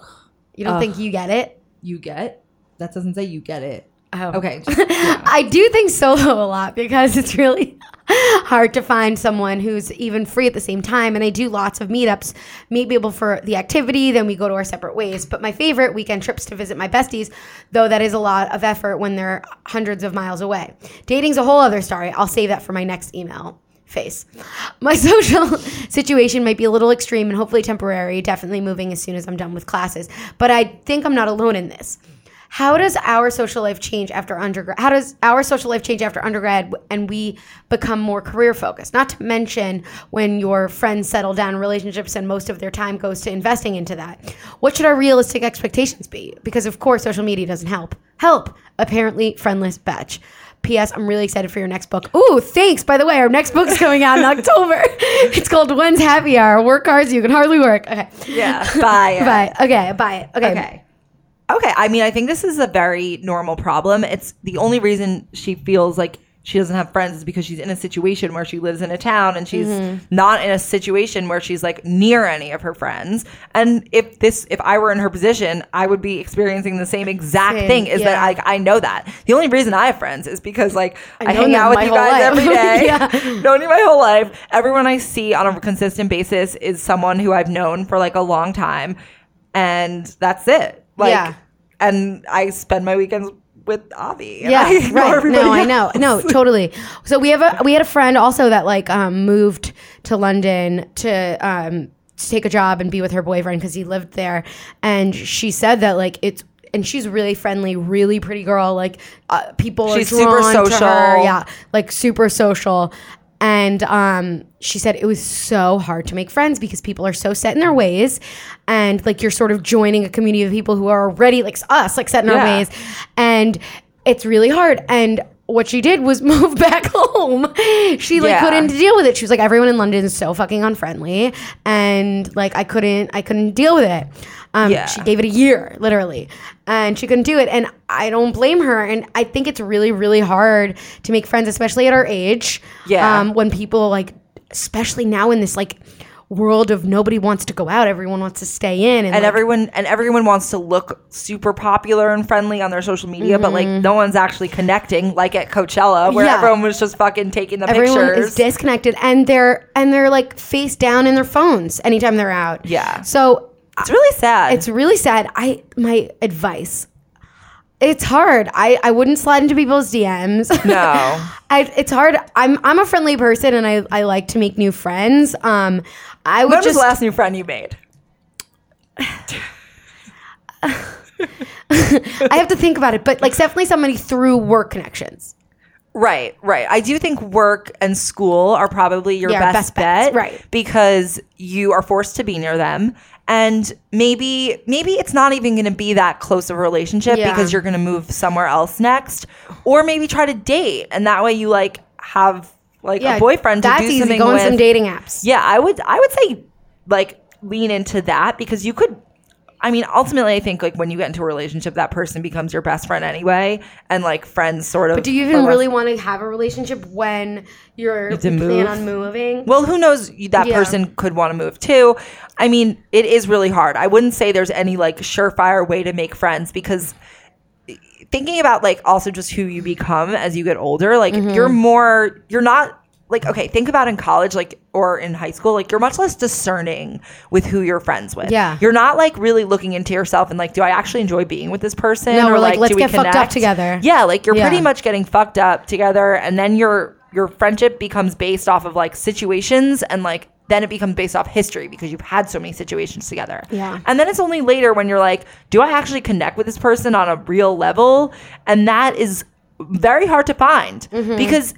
S1: you don't think you get it?
S2: you get that doesn't say you get it.
S1: Oh.
S2: Okay.
S1: I do think solo a lot because it's really hard to find someone who's even free at the same time. And I do lots of meetups, meet people for the activity, then we go to our separate ways. But my favorite weekend trips to visit my besties, though that is a lot of effort when they're hundreds of miles away. Dating's a whole other story. I'll save that for my next email face. My [LAUGHS] social situation might be a little extreme and hopefully temporary, definitely moving as soon as I'm done with classes. But I think I'm not alone in this. How does our social life change after undergrad? How does our social life change after undergrad w- and we become more career focused? Not to mention when your friends settle down in relationships and most of their time goes to investing into that. What should our realistic expectations be? Because of course social media doesn't help. Help. Apparently friendless batch. P.S. I'm really excited for your next book. Ooh, thanks. By the way, our next book's coming out in October. [LAUGHS] It's called When's Happy Hour? Work Cards You Can Hardly Work. Okay.
S2: [LAUGHS] yeah. Bye.
S1: Bye. Okay. Bye. Okay.
S2: Okay. Okay. I mean, I think this is a very normal problem. It's the only reason she feels like she doesn't have friends is because she's in a situation where she lives in a town and she's
S1: Mm-hmm.
S2: not in a situation where she's like near any of her friends. And if this, if I were in her position, I would be experiencing the same exact
S1: Same,
S2: thing. Is
S1: yeah.
S2: that like I know that the only reason I have friends is because like I,
S1: know
S2: hang
S1: them
S2: out with
S1: my
S2: you
S1: whole
S2: guys
S1: life. [LAUGHS]
S2: every day.
S1: Yeah.
S2: [LAUGHS] known you my whole life. Everyone I see on a consistent basis is someone who I've known for like a long time, and that's it. Like,
S1: Yeah.
S2: and I spend my weekends with Avi. and
S1: Yeah,
S2: I [LAUGHS] ignore
S1: right.
S2: everybody
S1: No, I know.
S2: else.
S1: No, totally. So we have a we had a friend also that like um, moved to London to um, to take a job and be with her boyfriend because he lived there, and she said that like it's and she's really friendly, really pretty girl. Like uh, people
S2: She's
S1: are
S2: super
S1: drawn to
S2: social.
S1: her. Yeah, like super social. And um, she said it was so hard to make friends because people are so set in their ways, and like you're sort of joining a community of people who are already like us, like set in our
S2: Yeah.
S1: ways, and it's really hard and what she did was [LAUGHS] move back home. She like
S2: Yeah.
S1: couldn't deal with it. She was like, everyone in London is so fucking unfriendly, and like I couldn't, I couldn't deal with it. Um,
S2: Yeah.
S1: She gave it a year, literally, and she couldn't do it. And I don't blame her. And I think it's really, really hard to make friends, especially at our age.
S2: Yeah.
S1: Um, when people like, especially now in this like world of nobody wants to go out, everyone wants to stay in, and,
S2: And
S1: like,
S2: everyone and everyone wants to look super popular and friendly on their social media, but like no one's actually connecting. Like at Coachella,
S1: Mm-hmm.
S2: where
S1: Yeah.
S2: everyone was just fucking taking the
S1: everyone
S2: pictures.
S1: is disconnected and they're and they're like face down in their phones anytime they're out
S2: Yeah.
S1: so
S2: it's really sad.
S1: it's really sad i my advice it's hard i i wouldn't slide into people's dms
S2: no.
S1: [LAUGHS] I, it's hard i'm i'm a friendly person and i i like to make new friends um i would
S2: When was
S1: just
S2: the last new friend you made?
S1: i have to think about it but like definitely somebody through work connections
S2: Right, right. I do think work and school are probably your
S1: Yeah, best
S2: best,
S1: bets,
S2: bet,
S1: right.
S2: Because you are forced to be near them, and maybe maybe it's not even going to be that close of a relationship
S1: Yeah.
S2: because you're going to move somewhere else next, or maybe try to date, and that way you like have like a boyfriend to
S1: that's
S2: do
S1: easy.
S2: something
S1: Go on
S2: with.
S1: some dating apps.
S2: Yeah, I would I would say like lean into that because you could I mean, ultimately I think like when you get into a relationship that person becomes your best friend anyway and like friends sort of
S1: But do you even really want to have a relationship when you're
S2: to
S1: you plan
S2: move.
S1: on moving?
S2: Well, who knows? You- That
S1: Mm-hmm. Yeah.
S2: person could want to move too. I mean, it is really hard. I wouldn't say there's any like surefire way to make friends because eh, thinking about like also just who you become as you get older, like
S1: Mm-hmm.
S2: you're more, you're not like, okay, think about in college, like, or in high school, like you're much less discerning with who you're friends with.
S1: Yeah.
S2: You're not like really looking into yourself and like, do I actually enjoy being with this person?
S1: No, we're like, let's
S2: do we
S1: get fucked up
S2: connect?
S1: together.
S2: Yeah. Like you're
S1: Yeah.
S2: pretty much much getting fucked up together and then your your friendship becomes based off of like situations and like then it becomes based off history because you've had so many situations together.
S1: Yeah.
S2: And then it's only later when you're like, do I actually connect with this person on a real level? And that is very hard to find because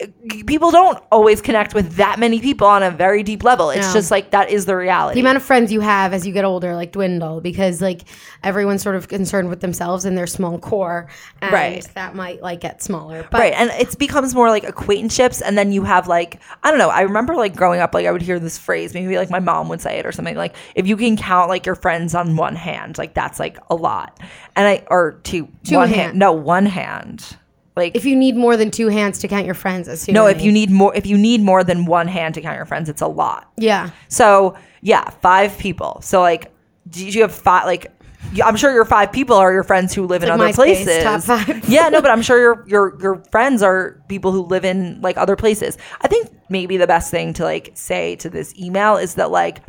S2: eh, people don't always connect with that many people on a very deep level. It's
S1: No.
S2: just like that is the reality.
S1: the amount of friends you have as you get older like dwindle because like everyone's sort of concerned with themselves and their small core and
S2: Right.
S1: that might like get smaller but
S2: right and it becomes more like acquaintanceships and then you have like i don't know i remember like growing up like i would hear this phrase maybe like my mom would say it or something like if you can count like your friends on one hand like that's like a lot and i or two
S1: Two
S2: one
S1: hand.
S2: hand no one hand like
S1: if you need more than two hands to count your friends as
S2: no if you need more if you need more than one hand to count your friends it's a lot
S1: yeah
S2: so yeah, five people. So like, do you have five? Like, you- I'm sure your five people are your friends who live in
S1: like
S2: other
S1: MySpace,
S2: places.
S1: top five.
S2: [LAUGHS] yeah, no, but I'm sure your your your friends are people who live in like other places. I think maybe the best thing to like say to this email is that like,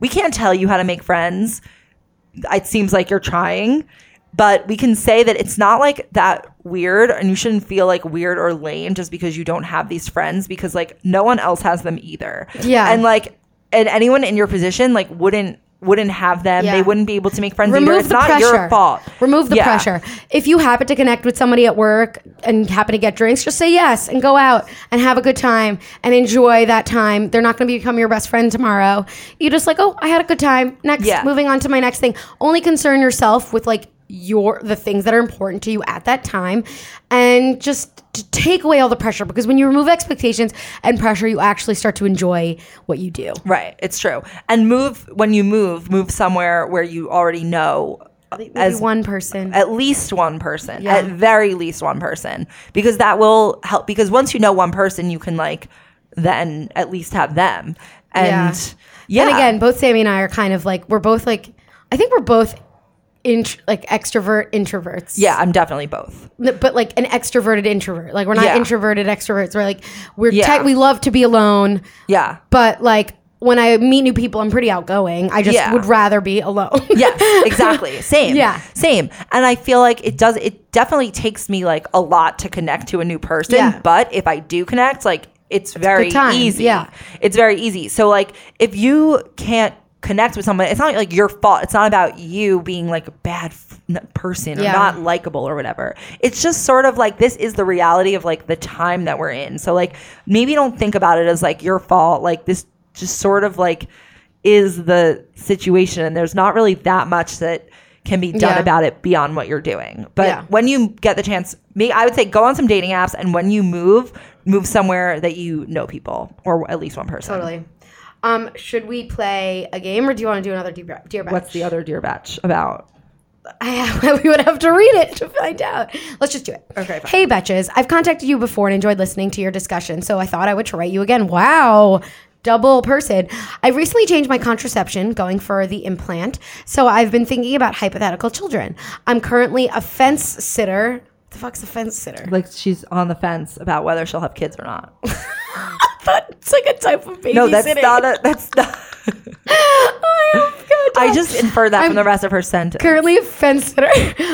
S2: we can't tell you how to make friends. It seems like you're trying. But we can say that it's not like that weird, and you shouldn't feel like weird or lame just because you don't have these friends, because like no one else has them either.
S1: Yeah.
S2: And like and anyone in your position like wouldn't wouldn't have them.
S1: Yeah.
S2: They wouldn't be able to make friends either.
S1: remove
S2: It's
S1: the
S2: not
S1: pressure
S2: your fault.
S1: remove the
S2: Yeah.
S1: pressure if you happen to connect with somebody at work and happen to get drinks just say yes and go out and have a good time and enjoy that time they're not going to become your best friend tomorrow you just like oh i had a good time next
S2: Yeah.
S1: moving on to my next thing only concern yourself with like your the things that are important to you at that time and just t- take away all the pressure because when you remove expectations and pressure you actually start to enjoy what you do
S2: Right. It's true. And move when you move, move somewhere where you already know
S1: as
S2: as
S1: one person
S2: at least one person
S1: Yeah.
S2: at very least one person because that will help because once you know one person you can like then at least have them
S1: Yeah.
S2: and yeah,
S1: And again, both Sammy and I are kind of like we're both like I think we're both int- like extrovert introverts.
S2: yeah i'm definitely both
S1: N- But like an extroverted introvert. Like we're not
S2: Yeah.
S1: introverted extroverts. We're like we're
S2: Yeah.
S1: tech we love to be alone,
S2: yeah
S1: but like when I meet new people, I'm pretty outgoing. I just
S2: Yeah.
S1: would rather be alone.
S2: [LAUGHS] yes, exactly. Same.
S1: Yeah.
S2: Same. And I feel like it does it definitely takes me like a lot to connect to a new person.
S1: Yeah.
S2: But if I do connect, like it's very
S1: time.
S2: easy.
S1: Yeah.
S2: It's very easy. So like if you can't connect with someone, it's not like your fault. It's not about you being like a bad f- n- person or
S1: Yeah.
S2: not likable or whatever. It's just sort of like this is the reality of like the time that we're in. So like maybe don't think about it as like your fault. Like this just sort of like is the situation and there's not really that much that can be done
S1: Yeah.
S2: about it beyond what you're doing. But
S1: Yeah.
S2: when you get the chance, me I would say go on some dating apps and when you move, move somewhere that you know people or at least one
S1: [LAUGHS]
S2: person.
S1: totally. Um, should we play a game or do you want to do another dear, dear batch?
S2: What's the other dear batch about?
S1: I, we would have [LAUGHS] to read it to find out. Let's just do it.
S2: Okay, fine.
S1: Hey, Betches. I've contacted you before and enjoyed listening to your discussion, so I thought I would try you again. Wow. Double person. I recently changed my contraception, going for the implant, so I've been thinking about hypothetical children. I'm currently a fence sitter. What the fuck's a fence sitter? [LAUGHS]
S2: Like she's on the fence about whether she'll have kids or not.
S1: It's like a type of baby.
S2: No, that's
S1: [LAUGHS]
S2: not a, that's not I just inferred that from the rest of her sentence.
S1: currently a fence sitter,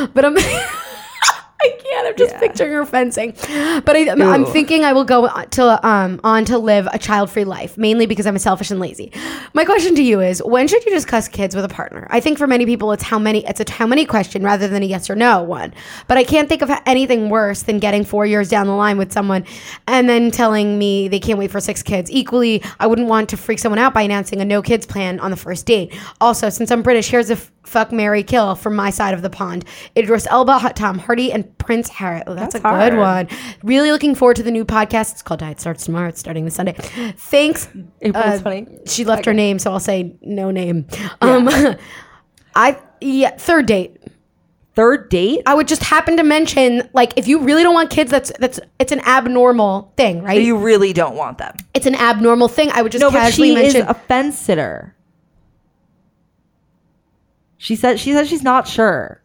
S1: [LAUGHS] but I'm. I can't. I'm just
S2: Yeah.
S1: picturing her fencing, but I, I'm, I'm
S2: Ooh.
S1: thinking I will go on to um on to live a child-free life, mainly because I'm selfish and lazy. My question to you is: When should you discuss kids with a partner? I think for many people, it's how many it's a how many question rather than a yes or no one. But I can't think of anything worse than getting four years down the line with someone and then telling me they can't wait for six kids. Equally, I wouldn't want to freak someone out by announcing a no kids plan on the first date. Also, since I'm British, here's a f- fuck Mary Kill from my side of the pond. Idris Elba, Tom Hardy, and Prince Harry. Oh, that's,
S2: That's
S1: a
S2: hard.
S1: good one. Really looking forward to the new podcast. It's called Diet Starts Tomorrow. It's starting this Sunday. Thanks. uh,
S2: April's funny.
S1: She left her name, so I'll say no name. Um [LAUGHS] I yeah, third date.
S2: Third date?
S1: I would just happen to mention like if you really don't want kids, that's that's it's an abnormal thing, right?
S2: You really don't want them.
S1: it's an abnormal thing. I would just casually mention
S2: is a fence sitter. She said she said she's not sure.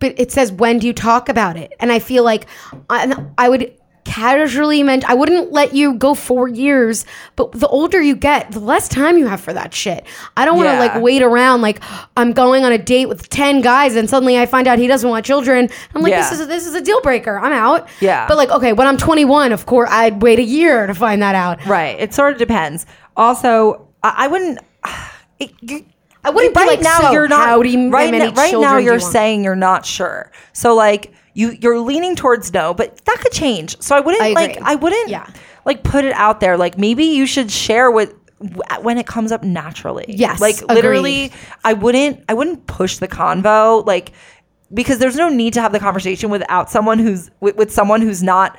S1: but it says when do you talk about it and i feel like i, I would casually mention i wouldn't let you go four years but the older you get the less time you have for that shit i don't want to
S2: Yeah.
S1: like wait around like i'm going on a date with 10 guys and suddenly i find out he doesn't want children i'm like
S2: Yeah.
S1: this is a, this is a deal breaker i'm out
S2: Yeah.
S1: but like okay when i'm 21 of course i'd wait a year to find that out
S2: Right. It sort of depends. Also, I, I wouldn't. [SIGHS] It, you,
S1: I wouldn't be
S2: right
S1: like,
S2: now
S1: "So,
S2: you're not
S1: howdy, how
S2: right,
S1: many
S2: now- right now
S1: children do you
S2: you're
S1: want?"
S2: saying you're not sure. So like you you're leaning towards no, but that could change. So I wouldn't
S1: I
S2: like
S1: agree.
S2: I wouldn't
S1: Yeah.
S2: like put it out there. Like maybe you should share with when it comes up naturally.
S1: Yes,
S2: Like
S1: agreed.
S2: literally I wouldn't I wouldn't push the convo like because there's no need to have the conversation without someone who's with, with someone who's not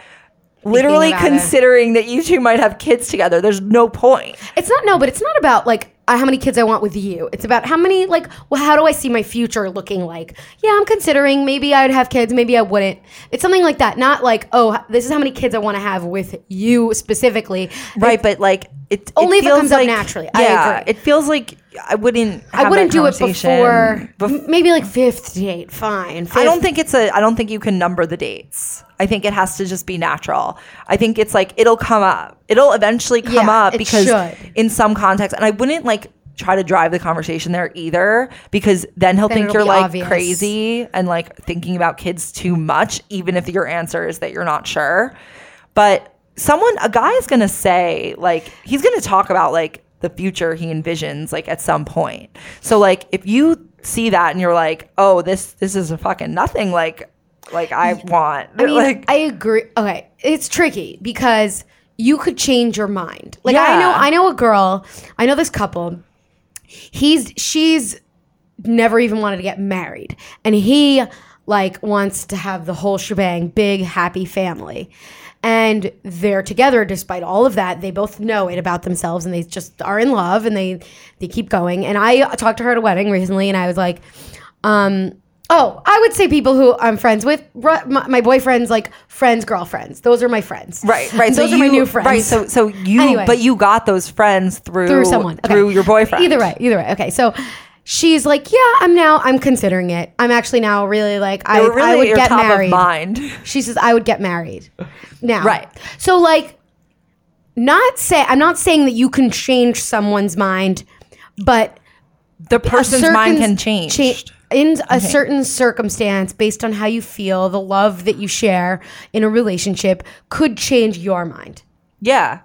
S2: literally
S1: about it.
S2: considering that you two might have kids together. There's no point.
S1: It's not no, but it's not about like uh, how many kids I want with you. It's about how many like well, how do I see my future looking like? Yeah, I'm considering maybe I'd have kids, maybe I wouldn't. It's something like that, not like oh, h- this is how many kids I want to have with you specifically.
S2: right but like it
S1: Only if it
S2: feels
S1: comes up naturally. I agree.
S2: it feels like i wouldn't have
S1: I wouldn't
S2: that
S1: do it
S2: conversation
S1: before
S2: bef-
S1: m- maybe like fifth date. Fine.
S2: i don't
S1: fifth-
S2: think it's a i don't think you can number the dates i think it has to just be natural i think it's like it'll come up it'll eventually come
S1: Yeah,
S2: up
S1: it
S2: because
S1: should.
S2: in some context and i wouldn't like try to drive the conversation there either because then he'll
S1: Then
S2: think
S1: it'll
S2: you're
S1: be
S2: like
S1: obvious.
S2: crazy and like thinking about kids too much even if your answer is that you're not sure but someone a guy is going to say like he's going to talk about like the future he envisions like at some point so like if you see that and you're like oh this this is a fucking nothing like like i want
S1: I mean,
S2: like
S1: I agree. Okay, it's tricky because you could change your mind. Like I
S2: Yeah.
S1: know, I know a girl. I know this couple. He's she's never even wanted to get married, and he like wants to have the whole shebang, big happy family. And they're together despite all of that. They both know it about themselves, and they just are in love, and they they keep going. And I talked to her at a wedding recently, and I was like, um, oh, I would say people who I'm friends with, ru- my, my boyfriend's like friends, girlfriends. Those are my friends.
S2: Right,
S1: [LAUGHS]
S2: right.
S1: Those are my
S2: you-
S1: new friends.
S2: Right, so so you,
S1: Anyway.
S2: but you got those friends through
S1: through someone Okay.
S2: through your boyfriend.
S1: Either way, either way. Okay, so. She's like, yeah, I'm now, I'm considering it. I'm actually now really like, I,
S2: They were really
S1: I would
S2: your
S1: get
S2: top
S1: married.
S2: of mind.
S1: She says, I would get married now.
S2: Right.
S1: So, like, not say, I'm not saying that you can change someone's mind, but
S2: The
S1: a
S2: person's
S1: certain
S2: mind can
S1: s-
S2: change.
S1: cha- in a certain circumstance, based on how you feel, the love that you share in a relationship could change your mind.
S2: Yeah,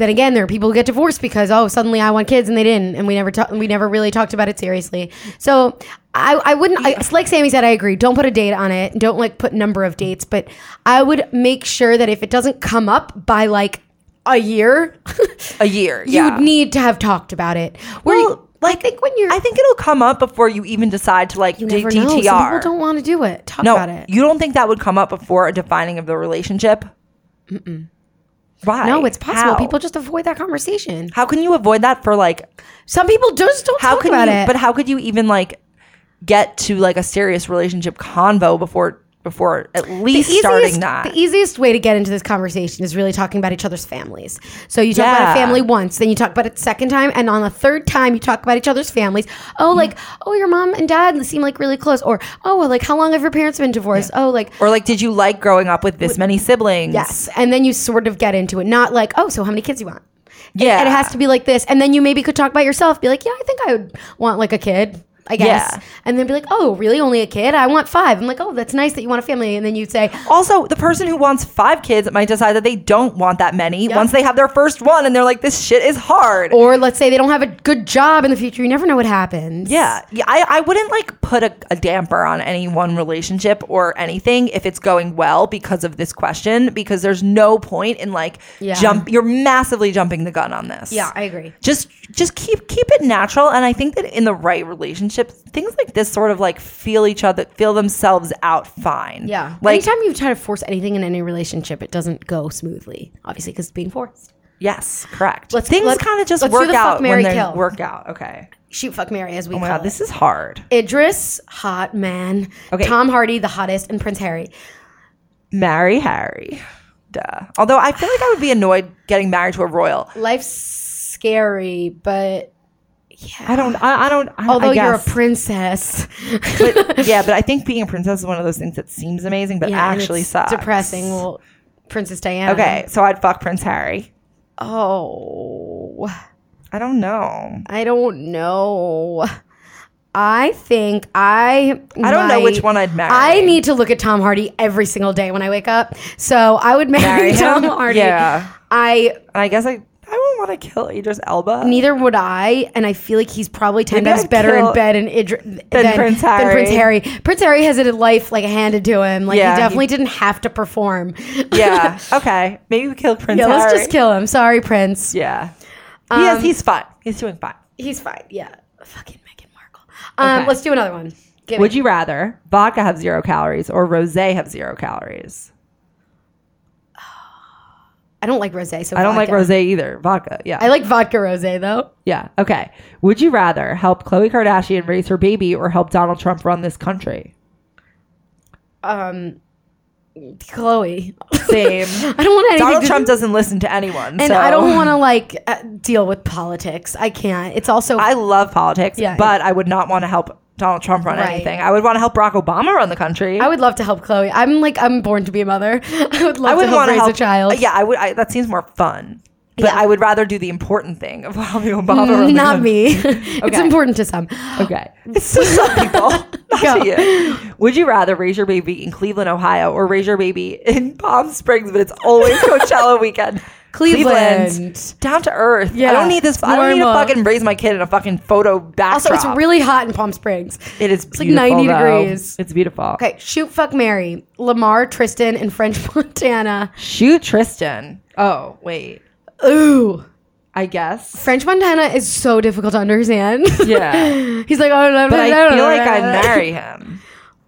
S1: Then again, there are people who get divorced because oh, suddenly I want kids and they didn't, and we never ta- we never really talked about it seriously. So I, I wouldn't. I, it's like Sammy said, I agree. Don't put a date on it. Don't like put number of dates, but I would make sure that if it doesn't come up by like a year, [LAUGHS]
S2: a year.
S1: you
S2: yeah.
S1: would need to have talked about it. Where
S2: Well,
S1: you, like, I think when you're
S2: I think it'll come up before you even decide to like
S1: You
S2: d-
S1: never
S2: DTR.
S1: know. Some people don't want to do it. Talk
S2: no,
S1: about it.
S2: you don't think that would come up before a defining of the relationship? Mm-mm. Why?
S1: no, it's possible.
S2: How?
S1: People just avoid that conversation.
S2: How can you avoid that for like?
S1: Some people just don't
S2: How
S1: talk
S2: can
S1: about
S2: you?
S1: it.
S2: But how could you even like get to like a serious relationship convo before before at least starting that?
S1: The easiest way to get into this conversation is really talking about each other's families. So you talk about
S2: Yeah.
S1: a family once, then you talk about it second time, and on the third time you talk about each other's families. Oh, like oh, your mom and dad seem like really close, or oh, well, like how long have your parents been divorced? Oh, like
S2: or like, did you like growing up with this many siblings?
S1: yes, and then you sort of get into it. Not like oh, so how many kids do you want?
S2: Yeah.
S1: And it has to be like this. And then you maybe could talk about yourself, be like, yeah, I think I would want like a kid, I guess.
S2: Yeah.
S1: And then be like, oh, really? Only a kid? I want five. I'm like, oh, that's nice that you want a family. And then you'd say,
S2: Also, the person who wants five kids might decide that they don't want that many once they have their first one, and they're like, "This shit is hard."
S1: or let's say they don't have a good job in the future. You never know what happens.
S2: Yeah, yeah. I, I wouldn't like put a, a damper on any one relationship or anything if it's going well because of this question because there's no point in like
S1: Yeah.
S2: jump. You're massively jumping the gun on this.
S1: Yeah, I agree.
S2: Just just keep keep it natural, and I think that in the right relationship, relationships, things like this sort of like feel each other, feel themselves out fine.
S1: Yeah.
S2: Like,
S1: Anytime you try to force anything in any relationship, it doesn't go smoothly, obviously, because it's being forced.
S2: yes, correct.
S1: Let's-
S2: things
S1: let's-
S2: kind of just
S1: let's do
S2: work
S1: the fuck,
S2: out
S1: marry,
S2: when they
S1: kill.
S2: work out. Okay.
S1: Shoot, fuck, Mary, as we
S2: Oh my
S1: call
S2: God,
S1: it.
S2: this is hard.
S1: Idris, hot man.
S2: Okay.
S1: Tom Hardy, the hottest, and Prince Harry.
S2: Marry Harry. Duh. Although I feel like I would be annoyed getting married to a royal.
S1: Life's scary, but yeah.
S2: I don't. I, I don't. I,
S1: Although
S2: I
S1: you're a
S2: guess.
S1: princess, [LAUGHS]
S2: but, yeah, but I think being a princess is one of those things that seems amazing, but
S1: Yeah, and
S2: actually
S1: it's
S2: sucks.
S1: Depressing. Well, Princess Diana.
S2: Okay, so I'd fuck Prince Harry.
S1: Oh,
S2: I don't know.
S1: I don't know. I think I.
S2: I don't know
S1: might-
S2: which one I'd marry.
S1: I need to look at Tom Hardy every single day when I wake up. So I would [LAUGHS] marry,
S2: Marry
S1: Tom
S2: him?
S1: Hardy.
S2: Yeah.
S1: I
S2: And I guess I. I wouldn't want to kill Idris Elba.
S1: neither would I, and I feel like he's probably ten
S2: Maybe
S1: times
S2: I'd
S1: better in
S2: kill-
S1: bed and Idri- than,
S2: Prince
S1: Than Prince Harry.
S2: Harry.
S1: Prince Harry has a life like handed to him. Like
S2: Yeah,
S1: he
S2: he-
S1: definitely didn't have to perform. [LAUGHS]
S2: yeah. Okay. Maybe we kill Prince
S1: yeah,
S2: Harry.
S1: let's just kill Um, him. Sorry, Prince.
S2: Yeah. he has, he's fine. He's doing fine.
S1: He's fine. Yeah, fucking Meghan Markle. Um,
S2: Okay.
S1: let's do another one. Give
S2: Would
S1: Would
S2: you rather vodka have zero calories or rosé have zero calories?
S1: I don't like rosé. So
S2: I don't like
S1: vodka.
S2: rosé either. Vodka. Yeah.
S1: I like vodka rosé though.
S2: yeah. Okay. Would you rather help Khloe Kardashian raise her baby or help Donald Trump run
S1: [LAUGHS]
S2: this country?
S1: Um, Chloe.
S2: Same.
S1: I don't want anything
S2: Donald
S1: to
S2: Trump doesn't listen to anyone.
S1: And
S2: so.
S1: I don't want to like uh, deal with politics. I can't. It's also
S2: [LAUGHS] I love politics,
S1: Yeah.
S2: but I would not want to help Donald Trump run
S1: Right.
S2: anything. I would want to help Barack Obama run the country.
S1: I would love to help Chloe. I'm like I'm born to be a mother. [LAUGHS] I would love
S2: I
S1: to
S2: would
S1: help
S2: want to
S1: raise
S2: help
S1: a child.
S2: Yeah, I would. I, that seems more fun. But
S1: Yeah.
S2: I would rather do the important thing of [LAUGHS] helping Obama. run the
S1: Not
S2: country. [LAUGHS]
S1: me. [LAUGHS] it's
S2: Okay.
S1: important to some. [LAUGHS]
S2: Okay. It's to some people. [LAUGHS] Not
S1: Go.
S2: to you. Would you rather raise your baby in Cleveland, Ohio, or raise your baby in Palm Springs, but it's always
S1: [LAUGHS]
S2: Coachella weekend?
S1: Cleveland.
S2: Down to earth.
S1: Yeah,
S2: I don't need
S1: it's
S2: this. I don't need to
S1: normal.
S2: fucking raise my kid in a fucking photo
S1: Also,
S2: backdrop.
S1: it's really hot in Palm Springs.
S2: It is
S1: like
S2: beautiful,
S1: 90
S2: though.
S1: degrees.
S2: It's beautiful.
S1: Okay, shoot, fuck, Mary, Lamar, Tristan, and French [LAUGHS] Montana.
S2: Shoot Tristan. Oh, wait.
S1: Ooh, [LAUGHS]
S2: I guess.
S1: French Montana is so difficult to understand.
S2: Yeah.
S1: [LAUGHS] he's like, oh no, [LAUGHS]
S2: But I feel like I'd marry him.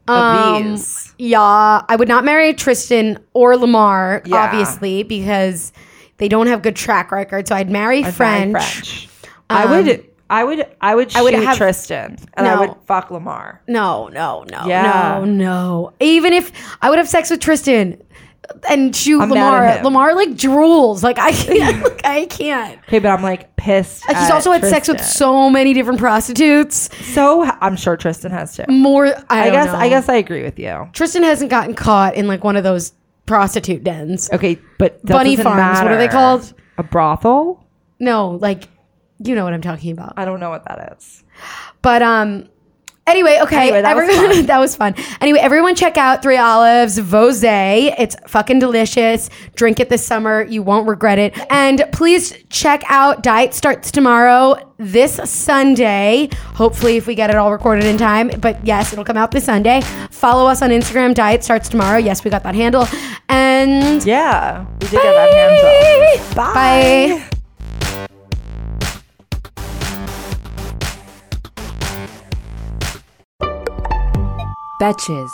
S2: Of
S1: Um,
S2: these.
S1: yeah, I would not marry Tristan or Lamar,
S2: Yeah.
S1: obviously, because they don't have good track record. So I'd marry
S2: I'd marry
S1: French.
S2: French. I would I would I would shoot
S1: would have-
S2: Tristan and I
S1: No.
S2: would fuck Lamar.
S1: No, no, no,
S2: Yeah.
S1: no, no. Even if I would have sex with Tristan and shoot
S2: I'm mad at
S1: Lamar,
S2: him.
S1: Lamar like drools. Like
S2: [LAUGHS]
S1: I can't. like, I can't.
S2: Okay, but I'm like pissed.
S1: Like, he's
S2: at
S1: also had sex with
S2: Tristan.
S1: so many different prostitutes.
S2: so. I'm sure Tristan has too.
S1: More. I,
S2: Mm, I,
S1: don't
S2: guess.
S1: know.
S2: I guess I agree with you.
S1: Tristan hasn't gotten caught in like one of those prostitute dens.
S2: Okay, but that
S1: Bunny
S2: doesn't
S1: farms, what are they
S2: matter.
S1: called?
S2: A brothel?
S1: No, like you know what I'm talking about.
S2: I don't know what that is.
S1: But um anyway, okay.
S2: Anyway, that was
S1: everyone, [LAUGHS]
S2: fun.
S1: that was fun. Anyway, everyone check out Three Olives Vosé. It's fucking delicious. Drink it this summer. You won't regret it. And please check out Diet Starts Tomorrow this Sunday. Hopefully if we get it all recorded in time, but yes, it'll come out this Sunday. Follow us on Instagram Diet Starts Tomorrow. Yes, we got that handle. And
S2: Yeah, we did get that hands off. Bye.
S1: Bye.
S3: Betches.